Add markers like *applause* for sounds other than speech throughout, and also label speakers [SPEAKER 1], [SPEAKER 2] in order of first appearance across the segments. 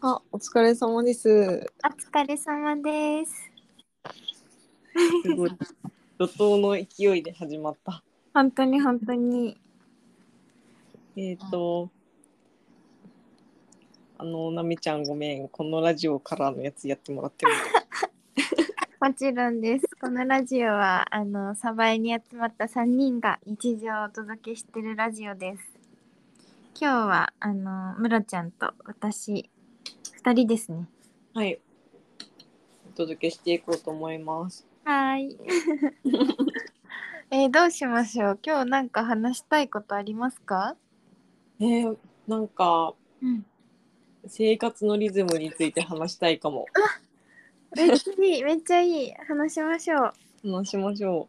[SPEAKER 1] あ、お疲れ様です。
[SPEAKER 2] お疲れ様です。
[SPEAKER 1] すごい。怒涛の勢いで始まった。
[SPEAKER 2] 本当に本当に。
[SPEAKER 1] えっ、と。あの、なみちゃん、ごめん、このラジオからのやつやってもらっても。
[SPEAKER 2] もちろんです。このラジオは、あの、サバエに集まった3人が日常をお届けしてるラジオです。今日は、あの、ムロちゃんと私、2人ですね。
[SPEAKER 1] はい。お届けしていこうと思います。
[SPEAKER 2] はーい。 *laughs* えーどうしましょう今日なんか話したいことありますか
[SPEAKER 1] えー、なんか。
[SPEAKER 2] うん。
[SPEAKER 1] 生活のリズムについて話したいかも。
[SPEAKER 2] めっちゃいい、めっちゃいい。話しましょ
[SPEAKER 1] 話しましょ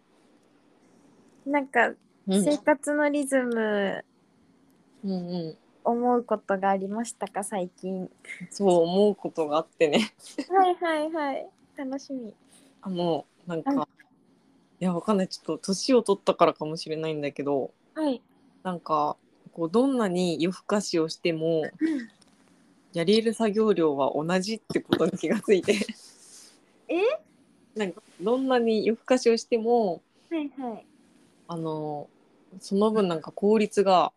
[SPEAKER 2] う。なんか、
[SPEAKER 1] う。うん
[SPEAKER 2] 生活のリズム、
[SPEAKER 1] うんうん。
[SPEAKER 2] 思うことがありましたか最近。
[SPEAKER 1] そう思うことがあってね。
[SPEAKER 2] はいはいはい。楽しみ。
[SPEAKER 1] あの、なん
[SPEAKER 2] うん
[SPEAKER 1] か。いや、わかんない。ちょっと年を取ったからかもしれないんだけど。
[SPEAKER 2] はい。
[SPEAKER 1] なんかこうどんなに夜更かしをしてもやれる作業量は同じってことに気がついて
[SPEAKER 2] *laughs* え
[SPEAKER 1] なんかどんなに夜更かしをしても
[SPEAKER 2] はいはい。
[SPEAKER 1] あのその分なんか効率が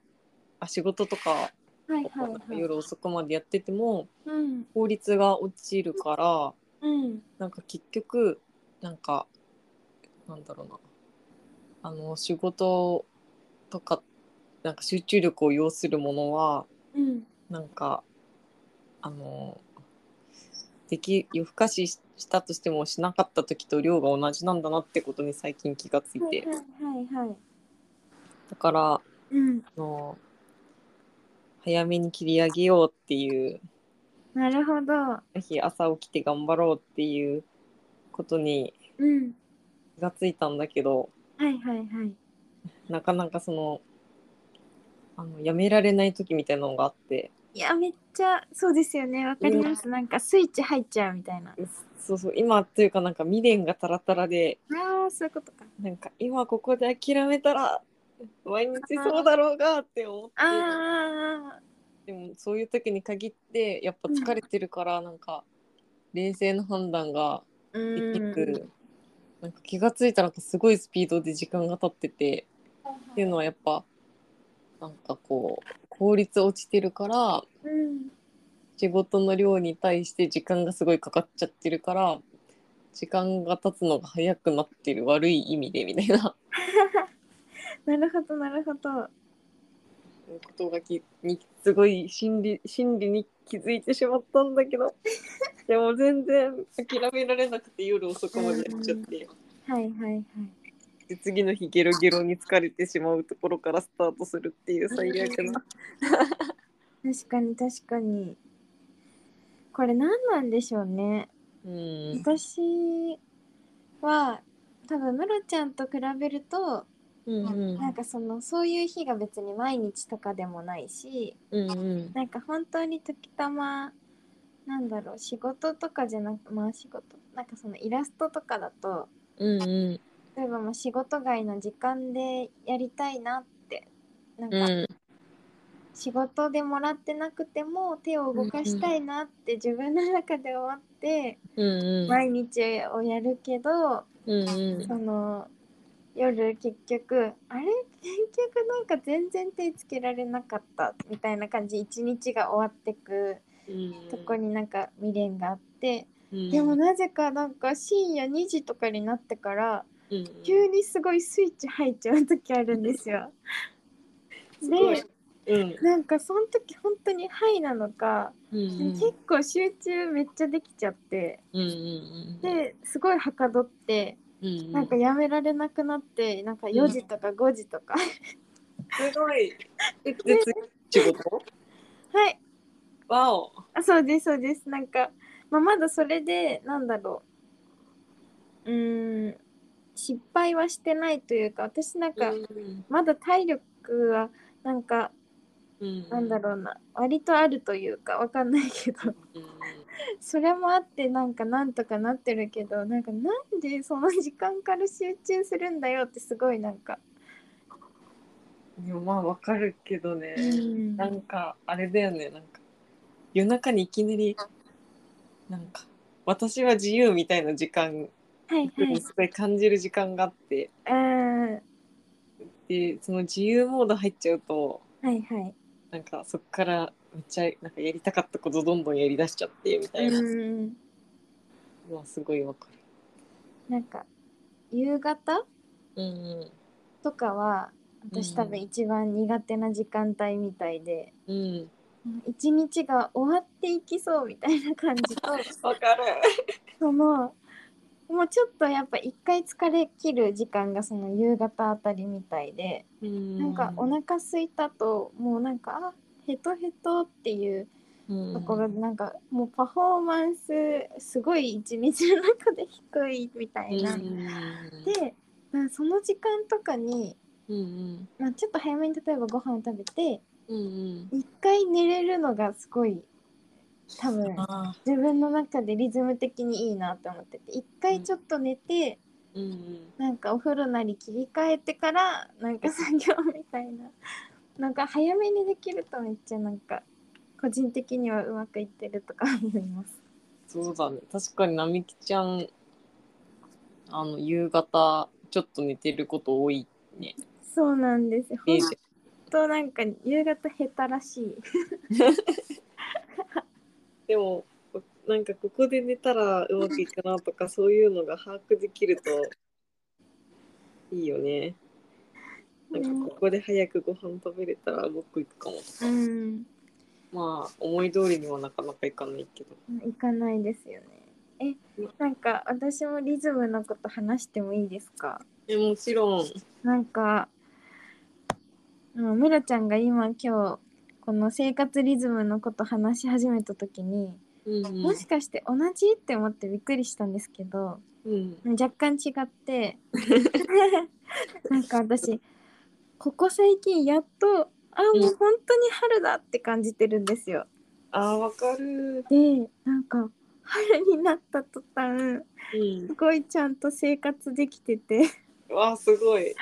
[SPEAKER 1] あ仕事とか
[SPEAKER 2] はいはいはい。
[SPEAKER 1] 夜遅くまでやってても
[SPEAKER 2] うん。
[SPEAKER 1] 効率が落ちるから
[SPEAKER 2] うん。
[SPEAKER 1] なんか結局なんかなんだろうなあの仕事とかなんか集中力を要するものは
[SPEAKER 2] うん。
[SPEAKER 1] なんかあのでき夜更かしししたとしてもしなかった時と量が同じなんだなってことに最近気がつい
[SPEAKER 2] はい
[SPEAKER 1] て
[SPEAKER 2] はいはい。
[SPEAKER 1] だからあ
[SPEAKER 2] うん。
[SPEAKER 1] の早めに切り上げようっていう
[SPEAKER 2] なるほど。
[SPEAKER 1] ぜひ朝起きて頑張ろうっていうことに
[SPEAKER 2] うん。
[SPEAKER 1] 気がついたんだけど
[SPEAKER 2] はいはいはい。
[SPEAKER 1] なかなかそのあのやめられない時みたいなのがあって
[SPEAKER 2] いや、めっちゃ、そうですよね。わかります。なんかスイッチ入っちゃうみたいな。
[SPEAKER 1] そうそう今というかなんか未練がタラタラで
[SPEAKER 2] ああ、そういうことか。
[SPEAKER 1] なんか今ここで諦めたら毎日そうだろうがって思って
[SPEAKER 2] ああ。
[SPEAKER 1] でもそういう時に限ってやっぱ疲れてるからなんか冷静な判断が
[SPEAKER 2] う
[SPEAKER 1] でき
[SPEAKER 2] ん。
[SPEAKER 1] るなんか気がついたらなんかすごいスピードで時間が経っててっていうのはやっぱなんかこう効率落ちてるから
[SPEAKER 2] うん。
[SPEAKER 1] 仕事の量に対して時間がすごいかかっちゃってるから時間が経つのが早くなってる悪い意味でみたいな。
[SPEAKER 2] なるほどなるほど。
[SPEAKER 1] ことがきにすごい心理心理に気づいてしまったんだけどでも全然諦められなくて夜遅くまでやっちゃって、
[SPEAKER 2] はいはいはい。
[SPEAKER 1] で次の日ゲロゲロに疲れてしまうところからスタートするっていう最悪な、
[SPEAKER 2] 確かに確かに。これ何なんでしょうね。
[SPEAKER 1] うん
[SPEAKER 2] 私は多分ムロちゃんと比べると、
[SPEAKER 1] うんうん
[SPEAKER 2] なんかそのそういう日が別に毎日とかでもないし
[SPEAKER 1] うんうん
[SPEAKER 2] なんか本当に時たまなんだろう仕事とかじゃなくまあ仕事なんかそのイラストとかだと
[SPEAKER 1] うんうん
[SPEAKER 2] 例えばまあ仕事外の時間でやりたいなってなん
[SPEAKER 1] う
[SPEAKER 2] か
[SPEAKER 1] ん
[SPEAKER 2] 仕事でもらってなくても手を動かしたいなって自分の中で思って
[SPEAKER 1] うん
[SPEAKER 2] 毎日をやるけど
[SPEAKER 1] うんうん
[SPEAKER 2] その夜結局あれ結局なんか全然手つけられなかったみたいな感じ一日が終わってくとこになんか未練があって、
[SPEAKER 1] うん
[SPEAKER 2] でもなぜかなんか深夜2時とかになってから
[SPEAKER 1] うん
[SPEAKER 2] 急にすごいスイッチ入っちゃう時あるんですよ。
[SPEAKER 1] *laughs* すごい
[SPEAKER 2] で
[SPEAKER 1] うん
[SPEAKER 2] なんかその時本当に「はい」なのか、
[SPEAKER 1] うん
[SPEAKER 2] 結構集中めっちゃできちゃって
[SPEAKER 1] うんうん
[SPEAKER 2] ですごいはかどって
[SPEAKER 1] うん
[SPEAKER 2] なんかやめられなくなってなんか4時とか5時とか
[SPEAKER 1] すごいえで次仕事
[SPEAKER 2] *laughs* はい、
[SPEAKER 1] わお
[SPEAKER 2] あそうですそうです。なんか、まあ、まだそれでなんだろう。うーん失敗はしてないというか私なんか
[SPEAKER 1] うん
[SPEAKER 2] まだ体力はなんか
[SPEAKER 1] うん
[SPEAKER 2] なんだろうな割とあるというかわかんないけど *laughs*
[SPEAKER 1] うん
[SPEAKER 2] それもあってなんかなんとかなってるけどなんかなんでその時間から集中するんだよってすごいなんか、
[SPEAKER 1] うんでもまあわかるけどね、
[SPEAKER 2] うん
[SPEAKER 1] なんかあれだよねなんか夜中にいきなりなんか私は自由みたいな時間
[SPEAKER 2] はいはい。
[SPEAKER 1] すごい感じる時間があって
[SPEAKER 2] うん。は
[SPEAKER 1] でその自由モード入っちゃうと
[SPEAKER 2] いはい。
[SPEAKER 1] なんかそっからめっちゃなんかやりたかったことどんどんやりだしちゃってみたいな、
[SPEAKER 2] うん。
[SPEAKER 1] うわすごいわか
[SPEAKER 2] なんか、夕方
[SPEAKER 1] る。うん
[SPEAKER 2] とかは、私多分一番苦手な時間帯みたいで、
[SPEAKER 1] うん
[SPEAKER 2] 一日が終わっていきそうみたいな感じ
[SPEAKER 1] *laughs*
[SPEAKER 2] と、
[SPEAKER 1] わかる。
[SPEAKER 2] その、もうちょっとやっぱ一回疲れ切る時間がその夕方あたりみたいで、な
[SPEAKER 1] なん
[SPEAKER 2] かお腹空いたともうなんかあヘトヘトっていうところでなんかもうパフォーマンスすごい一日の中で低いみたいな。で、まあ、その時間とかに、
[SPEAKER 1] うん
[SPEAKER 2] まあ、ちょっと早めに例えばご飯を食べて
[SPEAKER 1] うんうん
[SPEAKER 2] 一回寝れるのがすごい多分
[SPEAKER 1] あ
[SPEAKER 2] 自分の中でリズム的にいいなと思ってて一回ちょっと寝て
[SPEAKER 1] ーうんうん
[SPEAKER 2] なんかお風呂なり切り替えてからなんか作業みたいななんか早めにできるとめっちゃなんか個人的にはうまくいってるとか思います。
[SPEAKER 1] そうだね確かに並木ちゃんあの夕方ちょっと寝てること多いね。
[SPEAKER 2] そうなんです。
[SPEAKER 1] え
[SPEAKER 2] 本当なんか夕方下手らしい。
[SPEAKER 1] でもなんかここで寝たらうまくいくなとかそういうのが把握できるといいよね。なんかここで早くご飯食べれたらうまくいくかもとか。
[SPEAKER 2] うん。
[SPEAKER 1] まあ思い通りにはなかなかいかないけど。
[SPEAKER 2] いかないですよね。え、なんか私もリズムのこと話してもいいですか
[SPEAKER 1] えもちろん。
[SPEAKER 2] なんか、うんムロちゃんが今今日この生活リズムのこと話し始めた時に、
[SPEAKER 1] うん
[SPEAKER 2] もしかして同じって思ってびっくりしたんですけど
[SPEAKER 1] うん
[SPEAKER 2] 若干違って
[SPEAKER 1] *laughs*
[SPEAKER 2] なんか私ここ最近やっとあもう本当に春だって感じてるんですよ。
[SPEAKER 1] あーわかる。
[SPEAKER 2] でなんか春になった途端
[SPEAKER 1] うん
[SPEAKER 2] す。ごいちゃんと生活できてて *laughs*
[SPEAKER 1] わあすごい。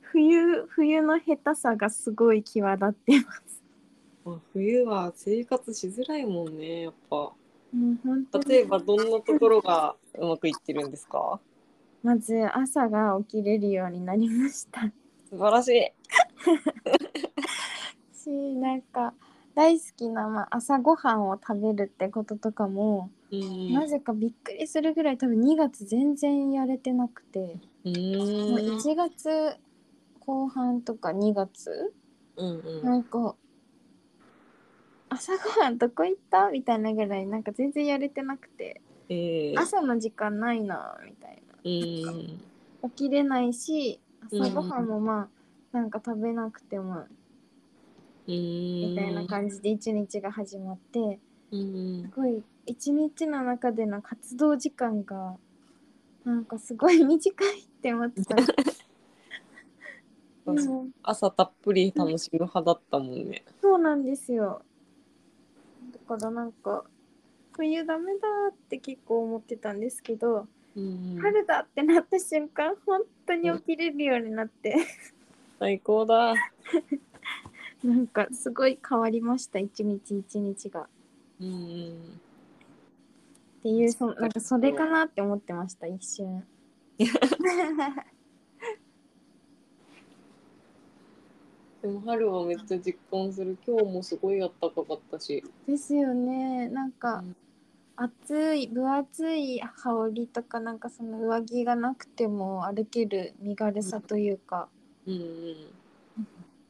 [SPEAKER 2] 冬冬の下手さがすごい際立ってます。
[SPEAKER 1] まあ、冬は生活しづらいもんねやっぱ。
[SPEAKER 2] *laughs* もう本当に
[SPEAKER 1] 例えばどんなところがうまくいってるんですか
[SPEAKER 2] まず朝が起きれるようになりました。
[SPEAKER 1] 素晴らしい。
[SPEAKER 2] しなんか大好きな、まあ、朝ごはんを食べるってこととかも、
[SPEAKER 1] うん
[SPEAKER 2] なぜかびっくりするぐらい多分2月全然やれてなくて、
[SPEAKER 1] う
[SPEAKER 2] もう
[SPEAKER 1] ーん
[SPEAKER 2] 1月後半とか2月、
[SPEAKER 1] うんう
[SPEAKER 2] なんんか朝ごはんどこ行ったみたいなぐらいなんか全然やれてなくて
[SPEAKER 1] ええ
[SPEAKER 2] 朝の時間ないなみたい
[SPEAKER 1] うん
[SPEAKER 2] な起きれないし朝ごはんもまあなんか食べなくても
[SPEAKER 1] うん
[SPEAKER 2] みたいな感じで1日が始まって。
[SPEAKER 1] うん
[SPEAKER 2] すごい一日の中での活動時間がなんかすごい短いって思ってた。
[SPEAKER 1] うん
[SPEAKER 2] でも
[SPEAKER 1] 朝たっぷり楽しむ派だったもんね。
[SPEAKER 2] そうなんですよ。だからなんか冬ダメだって結構思ってたんですけど、
[SPEAKER 1] うんうん
[SPEAKER 2] 春だってなった瞬間本当に起きれるようになって、
[SPEAKER 1] 最高だ。
[SPEAKER 2] なんかすごい変わりました一日一日が。
[SPEAKER 1] うんうん
[SPEAKER 2] っていうそなんかそれかなって思ってました一 *laughs* 瞬。
[SPEAKER 1] でも春はめっちゃ実感する今日もすごい暖かかったし。
[SPEAKER 2] ですよねなんか。
[SPEAKER 1] うん
[SPEAKER 2] 暑い分厚い羽織とかなんかその上着がなくても歩ける身軽さというか、
[SPEAKER 1] うんうん、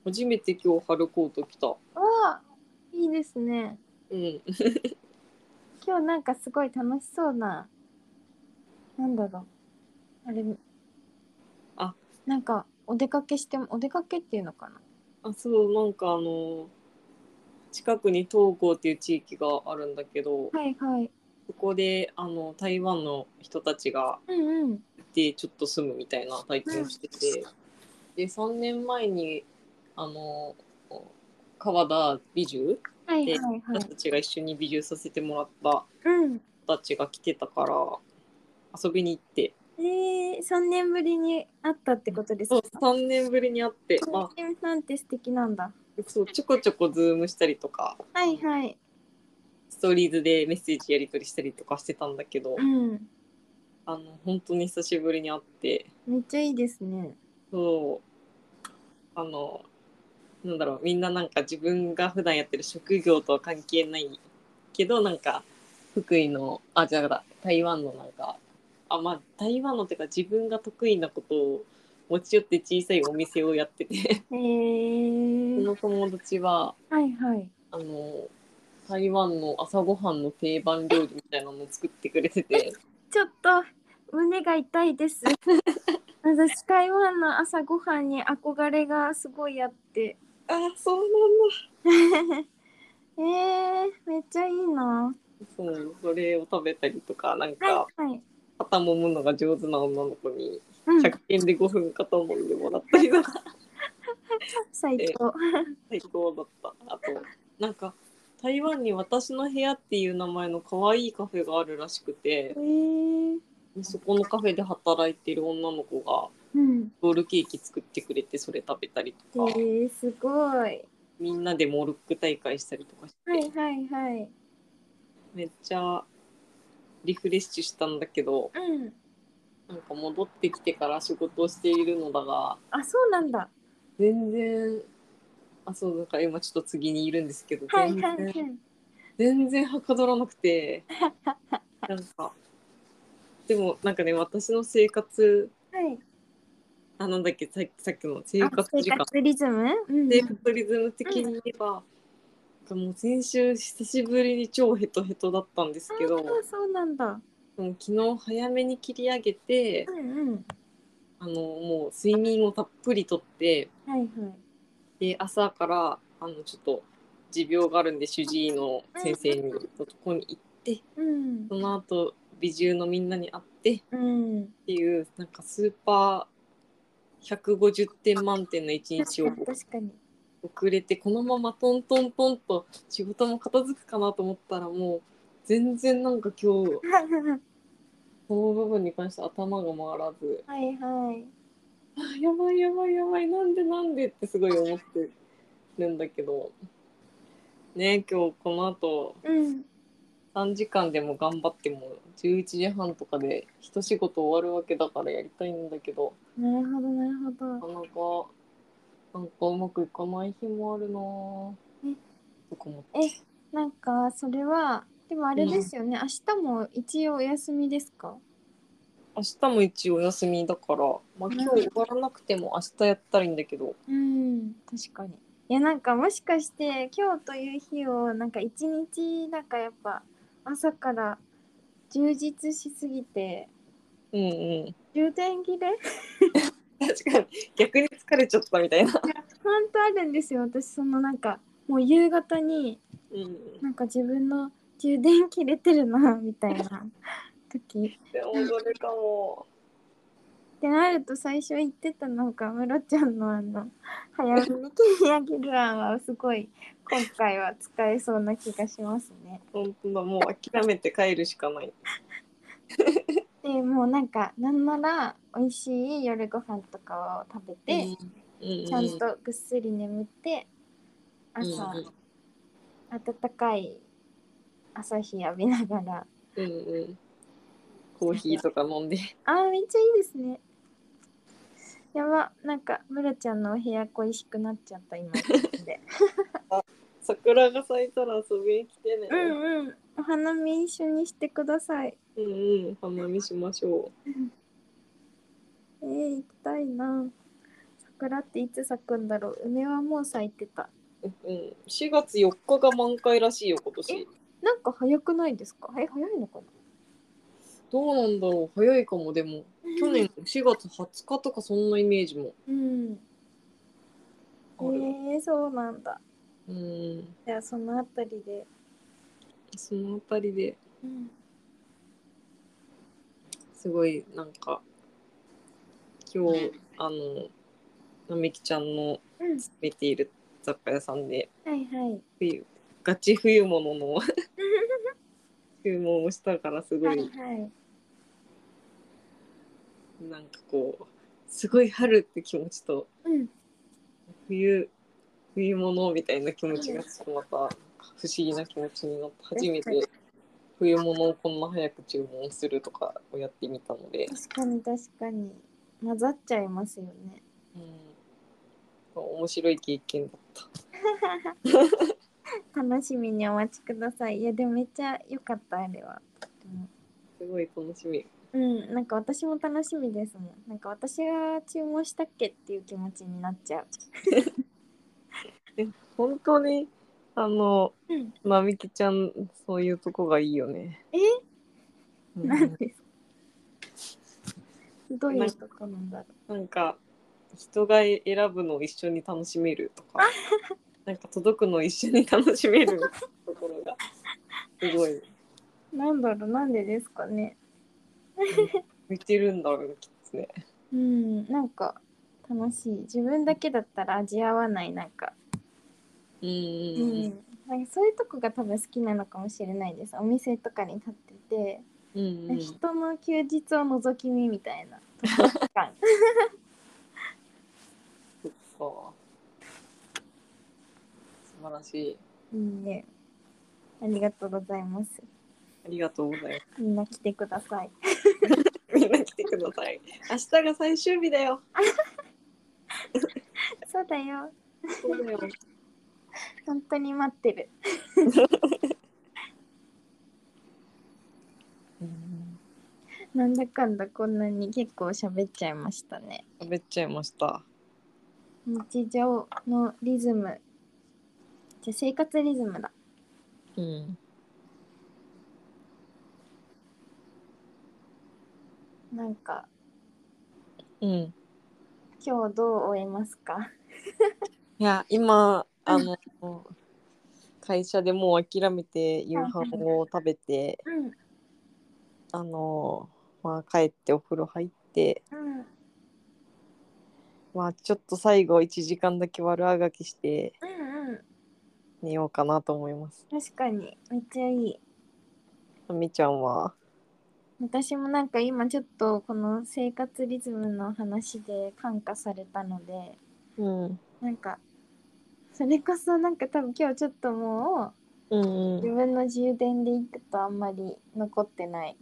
[SPEAKER 1] 初めて今日春コート着た。
[SPEAKER 2] わあいいですね
[SPEAKER 1] うん、
[SPEAKER 2] 今日なんかすごい楽しそうななんだろうあれ
[SPEAKER 1] あ
[SPEAKER 2] なんかお出かけしてもお出かけっていうのかな
[SPEAKER 1] あそうなんかあの近くに東郷っていう地域があるんだけど、
[SPEAKER 2] はいはい
[SPEAKER 1] そこであの台湾の人たちが
[SPEAKER 2] うんうん
[SPEAKER 1] いてちょっと住むみたいな体験をしてて、で3年前にあの川田美術
[SPEAKER 2] はいはいは
[SPEAKER 1] 私
[SPEAKER 2] い
[SPEAKER 1] たちが一緒に美術させてもらった
[SPEAKER 2] うん
[SPEAKER 1] 人たちが来てたから遊びに行って
[SPEAKER 2] えー、3年ぶりに会ったってことです
[SPEAKER 1] そう
[SPEAKER 2] か
[SPEAKER 1] 3年ぶりに会って、まあ、
[SPEAKER 2] えーなんて素敵なんだ
[SPEAKER 1] そうちょこちょこズームしたりとか
[SPEAKER 2] はいはい
[SPEAKER 1] トーリーズでメッセージやり取りしたりとかしてたんだけど、
[SPEAKER 2] うん。
[SPEAKER 1] あの本当に久しぶりに会って
[SPEAKER 2] めっちゃいいですね。
[SPEAKER 1] そうあのなんだろうみんななんか自分が普段やってる職業とは関係ないけどなんか福井のあじゃあ台湾のなんかあまあ台湾のっていうか自分が得意なことを持ち寄って小さいお店をやってて
[SPEAKER 2] へえ
[SPEAKER 1] そ
[SPEAKER 2] ー。
[SPEAKER 1] の友達は
[SPEAKER 2] はいはい。
[SPEAKER 1] あの台湾の朝ごはんの定番料理みたいなのを作ってくれてて
[SPEAKER 2] ちょっと胸が痛いです。私台湾の朝ごはんに憧れがすごいあって。
[SPEAKER 1] あそうなんだ
[SPEAKER 2] えー、めっちゃいいな。
[SPEAKER 1] そうそれを食べたりとかなんか
[SPEAKER 2] はいはい。
[SPEAKER 1] 肩揉むのが上手な女の子に
[SPEAKER 2] うん、
[SPEAKER 1] 100円で5分肩もんでもらったりとか
[SPEAKER 2] 最高。
[SPEAKER 1] 最高だったあとなんか台湾に私の部屋っていう名前の可愛いカフェがあるらしくて
[SPEAKER 2] えー、
[SPEAKER 1] そこのカフェで働いてる女の子が
[SPEAKER 2] うん。
[SPEAKER 1] ロールケーキ作ってくれてそれ食べたり
[SPEAKER 2] え
[SPEAKER 1] とか
[SPEAKER 2] ー、すごい。
[SPEAKER 1] みんなでモルック大会したりとかして、
[SPEAKER 2] はいはいはい。
[SPEAKER 1] めっちゃリフレッシュしたんだけど
[SPEAKER 2] うん。
[SPEAKER 1] なんか戻ってきてから仕事をしているのだが
[SPEAKER 2] あ、そうなんだ。
[SPEAKER 1] 全然あそうだから今ちょっと次にいるんですけど
[SPEAKER 2] はい
[SPEAKER 1] 全然。
[SPEAKER 2] はいはい。
[SPEAKER 1] 全然はかどらなくてなんかでもなんかね私の生活
[SPEAKER 2] はい。
[SPEAKER 1] あなんだっけささっきの生活時間
[SPEAKER 2] あ生活リズム？うん
[SPEAKER 1] 生活リズム的に言えば、もう先週久しぶりに超ヘトヘトだったんですけど、
[SPEAKER 2] あーそうなんだ。
[SPEAKER 1] でも昨日早めに切り上げて
[SPEAKER 2] うんうん。
[SPEAKER 1] あのもう睡眠をたっぷりとって
[SPEAKER 2] はいはい。
[SPEAKER 1] で朝からあのちょっと持病があるんで主治医の先生にとこに行って
[SPEAKER 2] うん
[SPEAKER 1] そ。の後美獣のみんなに会って
[SPEAKER 2] うん。
[SPEAKER 1] っていうなんかスーパー150点満点の一日を
[SPEAKER 2] 確かに確かに。
[SPEAKER 1] 遅れてこのままトントントンと仕事も片付くかなと思ったらもう全然なんか今日この部分に関して頭が回らず
[SPEAKER 2] はいはい。
[SPEAKER 1] あやばいやばいやばいなんでなんでってすごい思ってるんだけどね今日この後
[SPEAKER 2] うん。
[SPEAKER 1] 3時間でも頑張っても11時半とかで一仕事終わるわけだからやりたいんだけど。
[SPEAKER 2] なるほどなるほ
[SPEAKER 1] なか
[SPEAKER 2] ど。
[SPEAKER 1] なか、なんかうまくいかない日もあるなぁ。
[SPEAKER 2] え
[SPEAKER 1] とか思って
[SPEAKER 2] なんかそれはでもあれですよね。明日も一応お休みですか？
[SPEAKER 1] 明日も一応お休みだから、まあ、今日終わらなくても明日やったらいいんだけど、
[SPEAKER 2] うん。確かに。いやなんかもしかして今日という日をなんか一日なんかやっぱ朝から充実しすぎて
[SPEAKER 1] うんうん。
[SPEAKER 2] 充電切れ
[SPEAKER 1] 確かに、逆に疲れちゃったみたいな。
[SPEAKER 2] 本当あるんですよ私そのなんかもう夕方に
[SPEAKER 1] うん。
[SPEAKER 2] なんか自分の充電切れてるなみたいな時
[SPEAKER 1] でもそれかも。
[SPEAKER 2] ってなると最初言ってたなんかムロちゃんのあの早めに切り上げる案はすごい今回は使えそうな気がしますね。
[SPEAKER 1] 本当だ、もう諦めて帰るしかない。
[SPEAKER 2] でもうなんかなんなら美味しい夜ご飯とかを食べて、
[SPEAKER 1] うん、うんうん、
[SPEAKER 2] ちゃんとぐっすり眠って朝、
[SPEAKER 1] うんうん
[SPEAKER 2] 暖かい朝日浴びながら
[SPEAKER 1] うんうん。コーヒーとか飲んで。 *laughs*
[SPEAKER 2] あーめっちゃいいですね。やば、なんか、ムロちゃんのお部屋恋しくなっちゃった、
[SPEAKER 1] *laughs*
[SPEAKER 2] 今。で
[SPEAKER 1] 桜が咲いたら遊びに来てね。
[SPEAKER 2] うんうん。お花見一緒にしてください。
[SPEAKER 1] うんうん。花見しましょ
[SPEAKER 2] えー、行きたいな。桜っていつ咲くんだろう。梅はもう咲いてた。
[SPEAKER 1] う。うんうん。4月4日が満開らしいよ、今年。
[SPEAKER 2] なんか早くないですかえ、早いのかな
[SPEAKER 1] どうなんだろう早いかもでも去年4月20日とかそんなイメージも
[SPEAKER 2] うん。
[SPEAKER 1] ある、
[SPEAKER 2] えー、そうなんだ。
[SPEAKER 1] うん
[SPEAKER 2] じゃあ、そのあたりで。
[SPEAKER 1] そのあたりで
[SPEAKER 2] うん。
[SPEAKER 1] すごいなんか今日あの並木ちゃんの
[SPEAKER 2] うん。
[SPEAKER 1] 見ている雑貨屋さんで
[SPEAKER 2] はいはい。
[SPEAKER 1] 冬ガチ冬物の *laughs* 注文をしたからすご
[SPEAKER 2] はい
[SPEAKER 1] い
[SPEAKER 2] はい。
[SPEAKER 1] なんかこうすごい春って気持ちと
[SPEAKER 2] うん。
[SPEAKER 1] 冬冬物みたいな気持ちがちょっとまた不思議な気持ちになって初めて冬物をこんな早く注文するとかをやってみたので、
[SPEAKER 2] 確かに確かに混ざっちゃいますよね
[SPEAKER 1] うん、面白い経験だった。
[SPEAKER 2] 楽しみにお待ちくださいいやでもめっちゃ良かったあれはとっても
[SPEAKER 1] すごい楽しみ。
[SPEAKER 2] うんなんか私も楽しみですもんなんか私が注文したっけっていう気持ちになっちゃう
[SPEAKER 1] 本当にあの、
[SPEAKER 2] うん
[SPEAKER 1] まみきちゃんそういうとこがいいよね。
[SPEAKER 2] え
[SPEAKER 1] うん
[SPEAKER 2] なんですかどういうとこなんだろ
[SPEAKER 1] なんか人が選ぶのを一緒に楽しめるとかなんか届くのを一緒に楽しめる *laughs* ところがすごいう
[SPEAKER 2] なんだろうなんでですかね
[SPEAKER 1] 見てるんだろうねきっとね。
[SPEAKER 2] うんなんか楽しい自分だけだったら味合わないなんか
[SPEAKER 1] う
[SPEAKER 2] うんなんかそういうとこが多分好きなのかもしれないですお店とかに立ってて、
[SPEAKER 1] うんうん
[SPEAKER 2] 人の休日を覗き見みたいな感
[SPEAKER 1] そっか素晴らしい。
[SPEAKER 2] いい *laughs* ねありがとうございます
[SPEAKER 1] ありがとうございます。
[SPEAKER 2] みんな来てください
[SPEAKER 1] *laughs*
[SPEAKER 2] *laughs*
[SPEAKER 1] みんな来てください。明日が最終日だよ。
[SPEAKER 2] そうだよ
[SPEAKER 1] そうだよ。
[SPEAKER 2] 本当に待ってるなんだかんだこんなに結構喋っちゃいましたね
[SPEAKER 1] 喋っちゃいました。
[SPEAKER 2] 日常のリズムじゃあ生活リズムだ
[SPEAKER 1] うん。
[SPEAKER 2] なんか
[SPEAKER 1] うん。
[SPEAKER 2] 今日どう終えますか
[SPEAKER 1] いや、今、あの、会社でもう諦めて夕飯を食べて、
[SPEAKER 2] うん
[SPEAKER 1] あの、まあ、帰ってお風呂入って、
[SPEAKER 2] うん
[SPEAKER 1] まあ、ちょっと最後1時間だけ悪あがきして
[SPEAKER 2] うんうん
[SPEAKER 1] 寝ようかなと思います。
[SPEAKER 2] 確かにめっちゃいい
[SPEAKER 1] みーちゃんは。
[SPEAKER 2] 私もなんか今ちょっとこの生活リズムの話で感化されたので
[SPEAKER 1] うん。
[SPEAKER 2] なんかそれこそなんか多分今日ちょっとも
[SPEAKER 1] うん
[SPEAKER 2] う
[SPEAKER 1] う
[SPEAKER 2] 自
[SPEAKER 1] ん。
[SPEAKER 2] 分の充電でいくとあんまり残ってない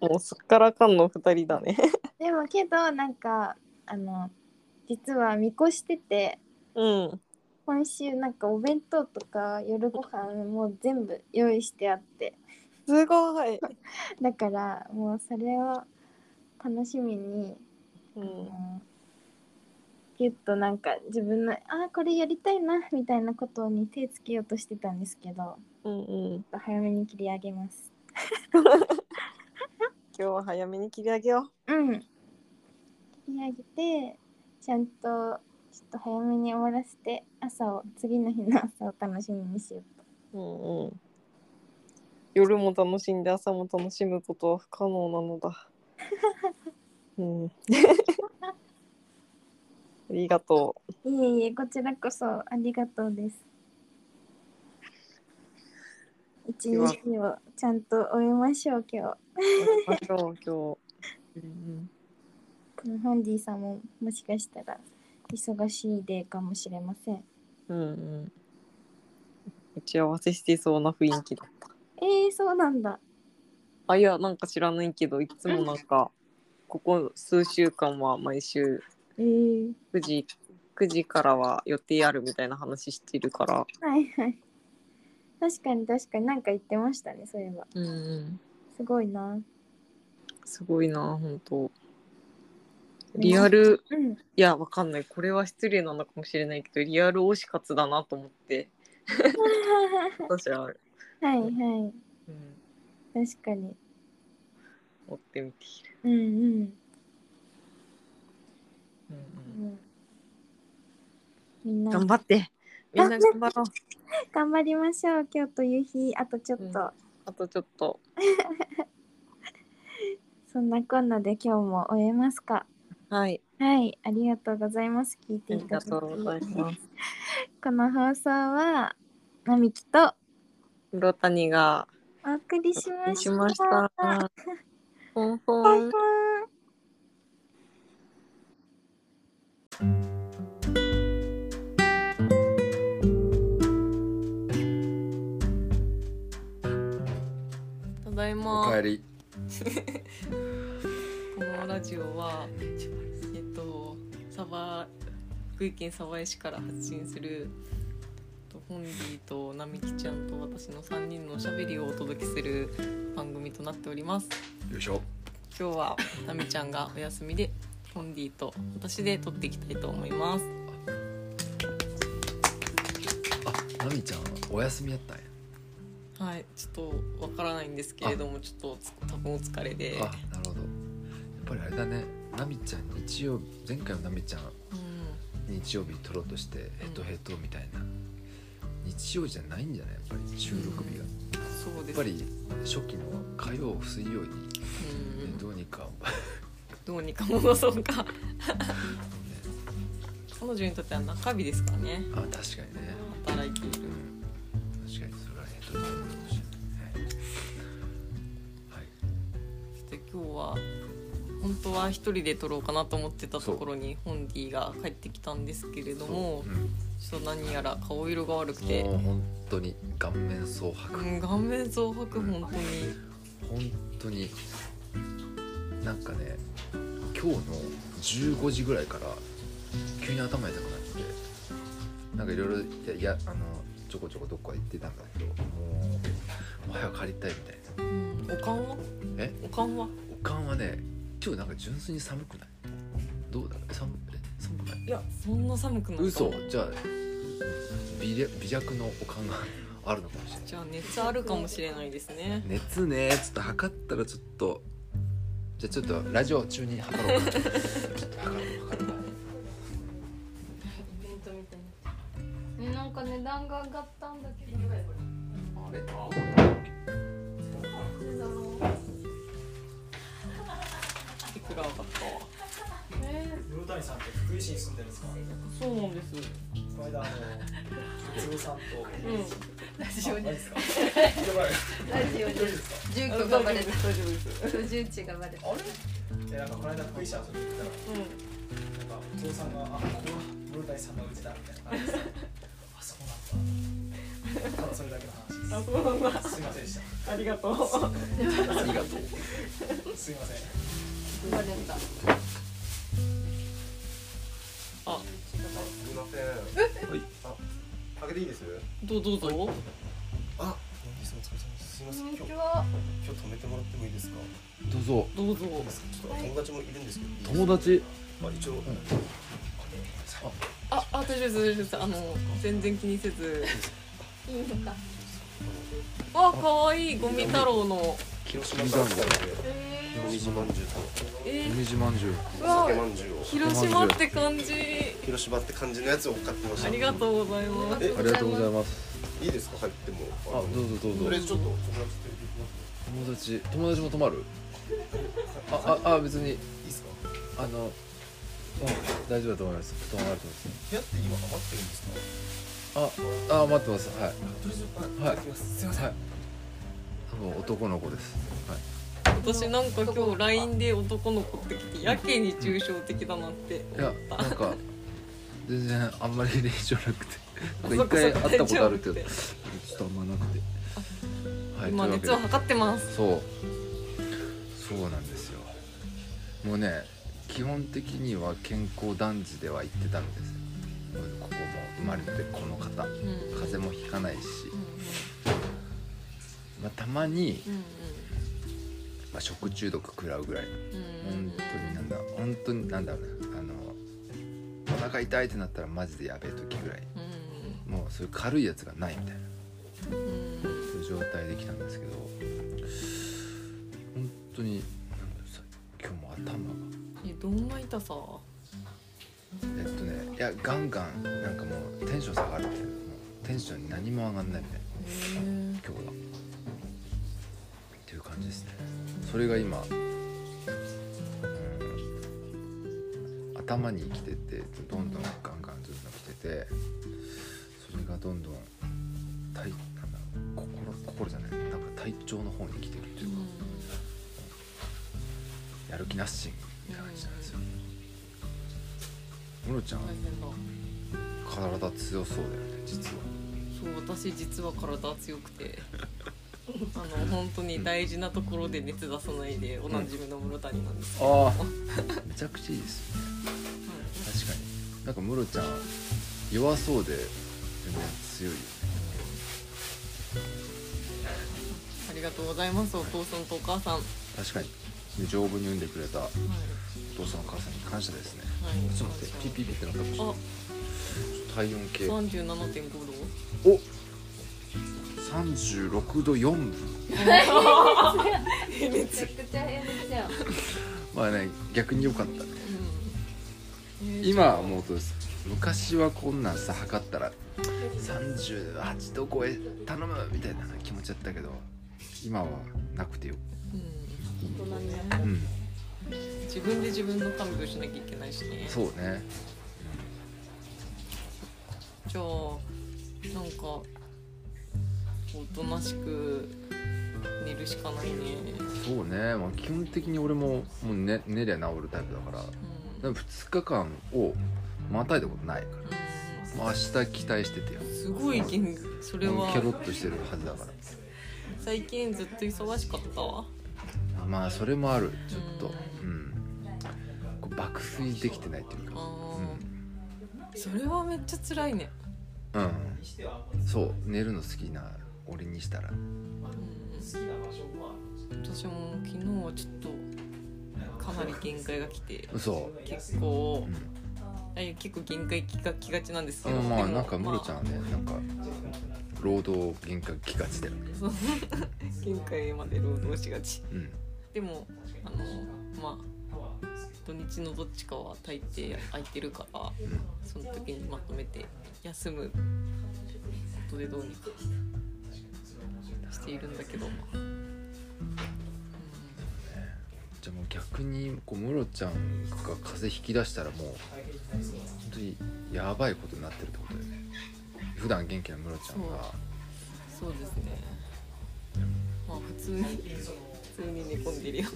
[SPEAKER 1] もうすっからかんの2人だね。
[SPEAKER 2] でもけどなんかあの実は見越してて
[SPEAKER 1] うん。
[SPEAKER 2] 今週なんかお弁当とか夜ご飯もう全部用意してあって
[SPEAKER 1] すごい。
[SPEAKER 2] だからもうそれを楽しみに
[SPEAKER 1] うん。
[SPEAKER 2] ギュッとなんか自分のあーこれやりたいなみたいなことに手つけようとしてたんですけど
[SPEAKER 1] うんうん。
[SPEAKER 2] 早めに切り上げます
[SPEAKER 1] 今日は早めに切り上げよ
[SPEAKER 2] うん切り上げてちゃんとちょっと早めに終わらせて朝を次の日の朝を楽しみにしよう
[SPEAKER 1] う。
[SPEAKER 2] と
[SPEAKER 1] うんうん。夜も楽しんで朝も楽しむことは不可能なの *laughs* だ。うん。あ *laughs* りがとう。
[SPEAKER 2] いえいえこちらこそありがとうです一
[SPEAKER 1] では
[SPEAKER 2] 日をちゃんと終えましょう今日
[SPEAKER 1] ありがとう今日。うん
[SPEAKER 2] うんハンディさんももしかしたら忙しいデーかもしれません。
[SPEAKER 1] うん。うんうん。打ち合わせしてそうな雰囲気だった。
[SPEAKER 2] えー、そうなんだ。
[SPEAKER 1] あいやなんか知らないけどいつもなんかここ数週間は毎週
[SPEAKER 2] えー、
[SPEAKER 1] 9時9時からは予定あるみたいな話してるから。
[SPEAKER 2] はいはい。確かに確かになんか言ってましたね、そういえば。
[SPEAKER 1] うんうん。
[SPEAKER 2] すごいな。
[SPEAKER 1] すごいな本当リアル
[SPEAKER 2] うん。
[SPEAKER 1] いやわかんないこれは失礼なのかもしれないけどリアル推し活だなと思って
[SPEAKER 2] は
[SPEAKER 1] 私は、
[SPEAKER 2] い *laughs* はい。
[SPEAKER 1] うん、
[SPEAKER 2] 確かに。
[SPEAKER 1] 追ってみている、
[SPEAKER 2] うんうん。
[SPEAKER 1] うんうん
[SPEAKER 2] うん、みんな
[SPEAKER 1] 頑張ってみんな頑張ろう
[SPEAKER 2] 頑張りましょう、今日という日。あとちょっと。
[SPEAKER 1] うんあとちょっと
[SPEAKER 2] そんなこんなで今日も終えますか。
[SPEAKER 1] はい
[SPEAKER 2] はい、ありがとうございます。聞い
[SPEAKER 1] あ
[SPEAKER 2] てい
[SPEAKER 1] りが
[SPEAKER 2] ただき
[SPEAKER 1] とうございます
[SPEAKER 2] この放送は、なみきと
[SPEAKER 1] 黒谷が
[SPEAKER 2] お送りし
[SPEAKER 1] お
[SPEAKER 2] ま
[SPEAKER 1] 送り
[SPEAKER 2] し。
[SPEAKER 1] したました *laughs* ほん
[SPEAKER 2] バ
[SPEAKER 1] ほ
[SPEAKER 2] イ
[SPEAKER 1] ん
[SPEAKER 2] バイ
[SPEAKER 1] だい
[SPEAKER 3] お
[SPEAKER 1] ま
[SPEAKER 3] かえり
[SPEAKER 1] このラジオはえっとサバ福井県鯖江市から発信するえっとホンディと並木ちゃんと私の3人のおしゃべりをお届けする番組となっております
[SPEAKER 3] よいしょ
[SPEAKER 1] 今日は並木ちゃんがお休みでホンディと私で撮っていきたいと思います
[SPEAKER 3] あなみちゃんお休みやったんや
[SPEAKER 1] はいちょっとわからないんですけれどもちょっと多分お疲れで
[SPEAKER 3] あなるほどやっぱりあれだねなみちゃん日曜日前回のなみちゃん
[SPEAKER 1] うん
[SPEAKER 3] 日曜日撮ろうとしてヘトヘトみたいな、日曜じゃないんじゃないやっぱり収録日が、や
[SPEAKER 1] そうで
[SPEAKER 3] っ
[SPEAKER 1] す
[SPEAKER 3] ぱり初期の火曜水曜に、ね
[SPEAKER 1] うんうん
[SPEAKER 3] どうにか、
[SPEAKER 1] どうにか戻そうか
[SPEAKER 3] ね
[SPEAKER 1] *laughs* 彼女にとっては中日ですからね
[SPEAKER 3] あ確かにね、
[SPEAKER 1] 働いている
[SPEAKER 3] うん、確かにそれはヘトヘトかもしれないはい、
[SPEAKER 1] そして今日は本当は一人で撮ろうかなと思ってたところにホンディが帰ってきたんですけれども
[SPEAKER 3] う
[SPEAKER 1] ちょっと何やら顔色が悪く
[SPEAKER 3] ん、
[SPEAKER 1] て
[SPEAKER 3] もう本当に顔面蒼白、
[SPEAKER 1] うん顔面蒼白
[SPEAKER 3] うん
[SPEAKER 1] 本当に
[SPEAKER 3] 本当になんかね今日の15時ぐらいから急に頭痛くなってなんかいろいろいやいやあのちょこちょこどっか行ってたんだけどもうもう早く帰りたいみたいな
[SPEAKER 1] うんおかんは
[SPEAKER 3] え
[SPEAKER 1] おかんは
[SPEAKER 3] おかんはね今日なんか純粋に寒くないどうだろう寒え寒くない
[SPEAKER 1] いやそんな寒くなった
[SPEAKER 3] 嘘じゃあ微略微弱のおかんがあるのかもしれない
[SPEAKER 1] じゃあ熱あるかもしれないですね
[SPEAKER 3] 熱ねちょっと測ったらちょっとじゃあちょっとラジオ中に測ろうかちょっと測ろう測ろう
[SPEAKER 4] イベントみたいな。ね、なんか値段が上がったんだけど。
[SPEAKER 3] あれ
[SPEAKER 1] いくら上がった
[SPEAKER 4] え
[SPEAKER 5] 室谷さんって福井市に住んでるんですか。
[SPEAKER 1] そうなんです
[SPEAKER 5] この間あの哲夫さん
[SPEAKER 1] う
[SPEAKER 5] と。
[SPEAKER 4] ラジオ
[SPEAKER 5] あ
[SPEAKER 4] に
[SPEAKER 5] マジですか。
[SPEAKER 4] ラジオ
[SPEAKER 5] 一
[SPEAKER 4] に
[SPEAKER 5] 人ですか。
[SPEAKER 4] 住
[SPEAKER 1] ん
[SPEAKER 4] 居が
[SPEAKER 1] 大丈
[SPEAKER 4] バ
[SPEAKER 1] 夫
[SPEAKER 4] レ
[SPEAKER 1] で
[SPEAKER 4] た。
[SPEAKER 1] す大丈夫です
[SPEAKER 4] 居住地がバレた。
[SPEAKER 5] あれ？えなんかこの間福井市遊びに行ったら
[SPEAKER 1] う
[SPEAKER 5] なんか哲夫さんがあここは室谷さんの家だみたいな感じで。あそうなんだ。ただそれだけの
[SPEAKER 1] んあ
[SPEAKER 5] 話
[SPEAKER 1] そうなんだ
[SPEAKER 5] です。すいませんでし
[SPEAKER 1] ありがとう
[SPEAKER 3] ありがとう
[SPEAKER 5] た。すいません。
[SPEAKER 4] バレた。
[SPEAKER 6] すみません。
[SPEAKER 3] はい。
[SPEAKER 6] あ、開けていいです。
[SPEAKER 1] どうどうぞ
[SPEAKER 6] あ、本日もお疲れ様です。すみませ
[SPEAKER 4] こ
[SPEAKER 6] ん。
[SPEAKER 4] んに
[SPEAKER 6] 今日
[SPEAKER 4] ち、は。
[SPEAKER 6] 今日止めてもらってもいいですか。
[SPEAKER 3] どうぞ
[SPEAKER 1] どうぞ
[SPEAKER 6] ちょっと友達もいるんですけど。
[SPEAKER 3] 友達
[SPEAKER 6] あ、一応。
[SPEAKER 1] ああ大丈夫です大丈夫ですあの全然気にせず
[SPEAKER 4] いいのか。
[SPEAKER 1] わ可愛いゴミ太郎の
[SPEAKER 6] 広島から来たので、
[SPEAKER 4] え
[SPEAKER 6] 紅葉まんじゅうと
[SPEAKER 1] え
[SPEAKER 3] みじまんじゅう
[SPEAKER 1] ー、う
[SPEAKER 6] お
[SPEAKER 1] わ
[SPEAKER 6] 酒まんじゅうを。
[SPEAKER 1] 広島って感じ
[SPEAKER 6] 広島って感じのやつを買ってました。
[SPEAKER 1] ありが
[SPEAKER 6] う。
[SPEAKER 1] とうございま
[SPEAKER 4] え
[SPEAKER 1] す
[SPEAKER 4] ー
[SPEAKER 3] ありがとうございます
[SPEAKER 6] いいですか、入っても。
[SPEAKER 3] あどうぞどう
[SPEAKER 6] と
[SPEAKER 3] ぞ
[SPEAKER 6] りあえずちょっと友達連れて
[SPEAKER 3] 友
[SPEAKER 6] 行
[SPEAKER 3] 達友達も泊まるあああ別に
[SPEAKER 6] きます。いいですか。
[SPEAKER 3] あのうん大丈夫だと思います泊まると
[SPEAKER 6] 部屋って今余ってるんですか。
[SPEAKER 3] 思いますああ待ってますはい
[SPEAKER 6] とりあえず、
[SPEAKER 3] はい
[SPEAKER 6] あいただきます。すみません。
[SPEAKER 3] はい多分男の子ですはい
[SPEAKER 1] 私なんか今日 LINE で男の子って来てやけに抽象的だなって
[SPEAKER 3] いや
[SPEAKER 1] 思っ
[SPEAKER 3] なんか全然あんまり *laughs* 印象なくて
[SPEAKER 1] た
[SPEAKER 3] なんか一回会ったことあるけど
[SPEAKER 1] そ
[SPEAKER 3] ち
[SPEAKER 1] っ
[SPEAKER 3] ょ
[SPEAKER 1] かそっか
[SPEAKER 3] っとあんまなくてはい
[SPEAKER 1] 今
[SPEAKER 3] というわけ
[SPEAKER 1] 熱
[SPEAKER 3] で
[SPEAKER 1] を測ってます
[SPEAKER 3] そうそうなんですよもうね基本的には健康男児では行ってたんですもうここも生まれてこの方
[SPEAKER 1] うんうん
[SPEAKER 3] 風邪もひかないし、
[SPEAKER 1] う
[SPEAKER 3] まあ、たまに、
[SPEAKER 1] んうん
[SPEAKER 3] まあ、食中毒食らうぐらいの
[SPEAKER 1] うんうん
[SPEAKER 3] 本当になんだ本当になんだろうなあのお腹痛いってなったらマジでやべえ時ぐらいもうそういう軽いやつがないみたいな
[SPEAKER 1] うんうんうん
[SPEAKER 3] そういう状態できたんですけど本当になんだろうさ今日も頭が
[SPEAKER 1] えどんな痛さ
[SPEAKER 3] えっとねいやガンガンなんかもうテンション下がるっていうもうテンションに何も上がんないみたいな
[SPEAKER 1] へー
[SPEAKER 3] 今日がっていう感じですねそれが今、うん、頭に来ててどんどんガンガンずっと来ててそれがどんどん体なんだろう心心じゃないなんか体調の方に来てるといううんかやる気なしみたいな感じなんですよムロちゃん
[SPEAKER 1] 大変だ
[SPEAKER 3] 体強そうだよね実は
[SPEAKER 1] そう私実は体強くてあの本当に大事なところで熱出さないでおなじみの室谷なんですけど、
[SPEAKER 3] ああめちゃくちゃいいですね確かになんかムロちゃん弱そうで全然強いよね
[SPEAKER 1] ありがとうございますお父さんとお母さん、はい
[SPEAKER 3] 確かにで丈夫に産んでくれたお父さんお母さんに感謝ですね
[SPEAKER 1] はい、
[SPEAKER 3] ちょっと待ってピッピッピッってなったかもしれない
[SPEAKER 1] あ
[SPEAKER 3] ちょっと体温計
[SPEAKER 1] 三十七点五度
[SPEAKER 3] お36度4分
[SPEAKER 4] めちゃくちゃ平熱じゃん
[SPEAKER 3] まあね逆に良かったね
[SPEAKER 1] うんえー
[SPEAKER 3] 今はもうそうです昔はこんなんさ測ったら38度超え頼むみたいな気持ちだったけど今はなくてよ
[SPEAKER 1] うん
[SPEAKER 4] 大人になる
[SPEAKER 3] うん
[SPEAKER 1] 自分で自分の看病しなきゃいけないしね
[SPEAKER 3] そうね
[SPEAKER 1] じゃあなんかおとなしく寝るしかないね
[SPEAKER 3] そうね、まあ、基本的に俺ももう寝寝りゃ治るタイプだか
[SPEAKER 1] う
[SPEAKER 3] ら
[SPEAKER 1] ん、うん
[SPEAKER 3] 2日間をまたいだことないから、まあ、明日期待しててよ
[SPEAKER 1] すごい元気それは
[SPEAKER 3] ケロッとしてるはずだか
[SPEAKER 1] 最近ずっと忙しかったわ
[SPEAKER 3] らまあそれもあるちょっとうんこう爆睡できてないっていう
[SPEAKER 1] あ
[SPEAKER 3] か
[SPEAKER 1] ー、それはめっちゃ辛いね、
[SPEAKER 3] うん、うん、そう寝るの好きな俺にしたら
[SPEAKER 1] うん、私も昨日はちょっとかなり限界が来て
[SPEAKER 3] 嘘
[SPEAKER 1] 結構
[SPEAKER 3] うん、
[SPEAKER 1] あいや結構限界きがきがちなんですけ
[SPEAKER 3] う
[SPEAKER 1] ど
[SPEAKER 3] んま
[SPEAKER 1] で
[SPEAKER 3] あ
[SPEAKER 1] も
[SPEAKER 3] なんかムロちゃんはねなんか労働限界来がちだよね
[SPEAKER 1] *laughs* 限界まで労働しがち
[SPEAKER 3] うん
[SPEAKER 1] でもあのまあ土日のどっちかは大抵空いてるから
[SPEAKER 3] うん
[SPEAKER 1] その時にまとめて休むことでどうにかしているんだけど、うん
[SPEAKER 3] じゃあもう逆にこうムロちゃんが風邪引き出したらもう本当にやばいことになってるってことだよね普段元気なムロちゃんが
[SPEAKER 1] そうですねまあ普通に普通に寝込ん
[SPEAKER 3] *laughs*
[SPEAKER 1] でるよ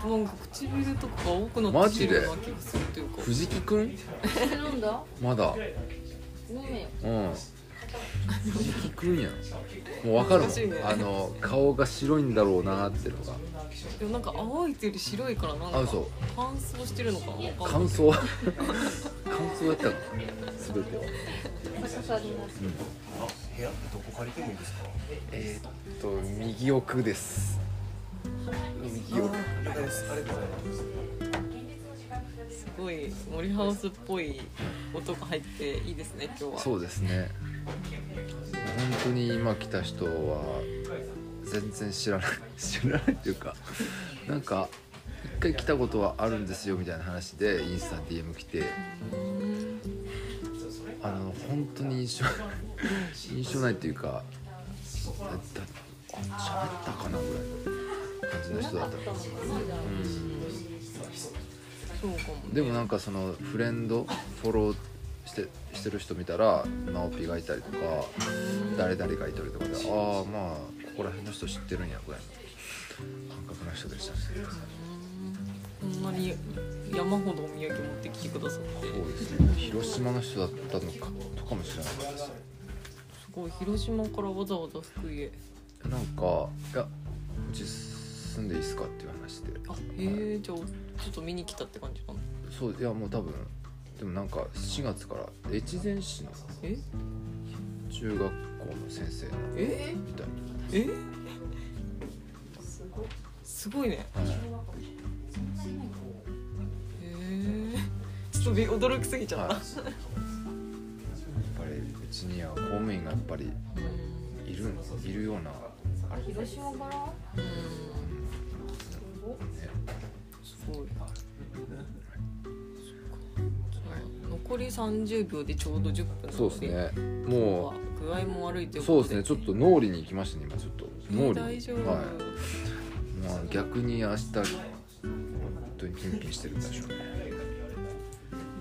[SPEAKER 1] 本当なんか唇とかが多くな
[SPEAKER 3] マ
[SPEAKER 1] ってき
[SPEAKER 3] ジ
[SPEAKER 1] て
[SPEAKER 3] で
[SPEAKER 1] るような気がするというか
[SPEAKER 3] 藤木くん
[SPEAKER 4] 飲んだ
[SPEAKER 3] まだ
[SPEAKER 4] 飲め *laughs* よ
[SPEAKER 3] うん藤木くんやんもう分かるも
[SPEAKER 1] おかしいね
[SPEAKER 3] んあの顔が白いんだろうなってのが
[SPEAKER 1] でもなんか青いというより白いからなんか
[SPEAKER 3] あ嘘
[SPEAKER 1] 乾燥してるのかなわかん
[SPEAKER 3] 感
[SPEAKER 1] ない
[SPEAKER 3] 想 *laughs* 感想やったの全ては
[SPEAKER 4] 刺さります
[SPEAKER 7] 部屋ってどこ借りてもいいですか
[SPEAKER 3] えー、っと右奥です右
[SPEAKER 7] 了
[SPEAKER 3] 奥
[SPEAKER 7] 解ですありがとうございます
[SPEAKER 1] すごい森ハウスっぽい音が入っていいですね今日は
[SPEAKER 3] そうですね本当に今来た人は全然知らない *laughs* 知らないっていうかなんか一回来たことはあるんですよみたいな話でインスタ DM 来てあの本当に印象印象ないっていうかだだあ喋ったかなぐらいの感じの人だったから
[SPEAKER 1] そうかも
[SPEAKER 3] でもなんかそのフレンドフォローしてしてる人見たらナオピがいたりとか誰々がいたりとかでああまあここら辺の人知ってるんやぐらいの感覚の人でしたね
[SPEAKER 1] こんなに山ほどお土産持ってきてくださって
[SPEAKER 3] そうですね広島の人だったのかとかも知らなかったです
[SPEAKER 1] すごい広島からわざわざ福井へ
[SPEAKER 3] なんかいやうち住んでいいっすかっていう話で
[SPEAKER 1] あへえじゃあちょっと見に来たって感じかな
[SPEAKER 3] そういやもう多分でもなんか4月から越前市の
[SPEAKER 1] え
[SPEAKER 3] 中学校の先生の
[SPEAKER 1] え
[SPEAKER 3] みたい
[SPEAKER 1] えすごいね
[SPEAKER 3] な、はい
[SPEAKER 1] へえちょっとび驚きすぎちゃっ
[SPEAKER 3] はい、やっぱりうちには公務員がやっぱり
[SPEAKER 1] た、
[SPEAKER 3] いるいるようなあれ
[SPEAKER 4] 広島から
[SPEAKER 1] うんすごい。そっか残り30秒でちょうど10分なので
[SPEAKER 3] そうですねも
[SPEAKER 1] 具合も悪いというう
[SPEAKER 3] そう
[SPEAKER 1] こ
[SPEAKER 3] で
[SPEAKER 1] とで
[SPEAKER 3] すねちょっと脳裏に行きましたね今ちょっと脳裏
[SPEAKER 1] 大
[SPEAKER 3] に
[SPEAKER 1] 丈夫、
[SPEAKER 3] はいまあ、逆に明日本当にピンピンしてるんでしょうね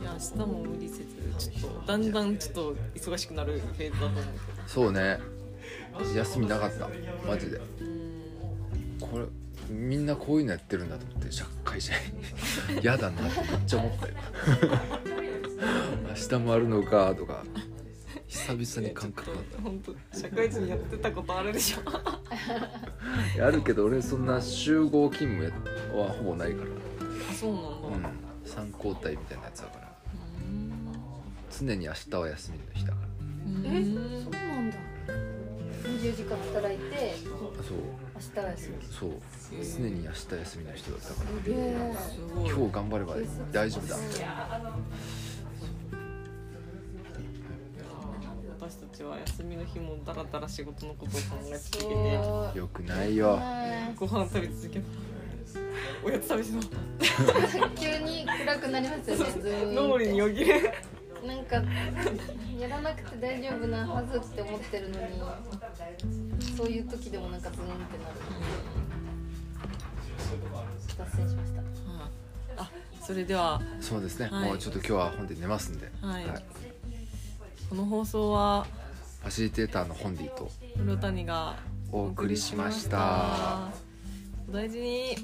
[SPEAKER 1] いや明日も無理せずちょっとだんだんちょっと忙しくなるフェーズだと思う
[SPEAKER 3] そうね休みなかったマジで
[SPEAKER 1] けどうん
[SPEAKER 3] これみん
[SPEAKER 1] *laughs*
[SPEAKER 3] な *laughs* こういうのやってるんだと思って社会社員やだなってめっちゃ思ったよ下もあるのかとか久々に感覚あっ
[SPEAKER 1] 本当社会人やってたことあるでしょ *laughs*
[SPEAKER 3] たいやあるけど俺そんな集合勤務はほぼないから、
[SPEAKER 1] あそうなんだ、
[SPEAKER 3] うん、3交代みたいなやつだから
[SPEAKER 1] う
[SPEAKER 3] 常に明日は休みの日だから
[SPEAKER 1] ん
[SPEAKER 4] えそうなんだ20時間働いて
[SPEAKER 3] そう
[SPEAKER 4] 明日は休み
[SPEAKER 3] そう常に明日休みの人だったから
[SPEAKER 4] すげえ
[SPEAKER 1] すごい
[SPEAKER 3] 今日頑張れば大丈夫だみたいな
[SPEAKER 1] 私たちは休みの日もだらだら仕事のことを考え続けて
[SPEAKER 4] そう
[SPEAKER 3] よくないよ
[SPEAKER 1] ご飯食べ続けおやつ食べしな
[SPEAKER 4] *laughs* 急に暗くなりますよねズーン
[SPEAKER 1] 脳裏によぎれ
[SPEAKER 4] なんかやらなくて大丈夫なはずって思ってるのにそういう時でもなんかズーンってなる脱線しました
[SPEAKER 1] あそれでは
[SPEAKER 3] そうですね、
[SPEAKER 1] はい
[SPEAKER 3] もうちょっと今日は本で寝ますんで、
[SPEAKER 1] はいこの放送は
[SPEAKER 3] ファシリテーターの本でと
[SPEAKER 1] 室谷が
[SPEAKER 3] お送りしました。
[SPEAKER 1] お大事に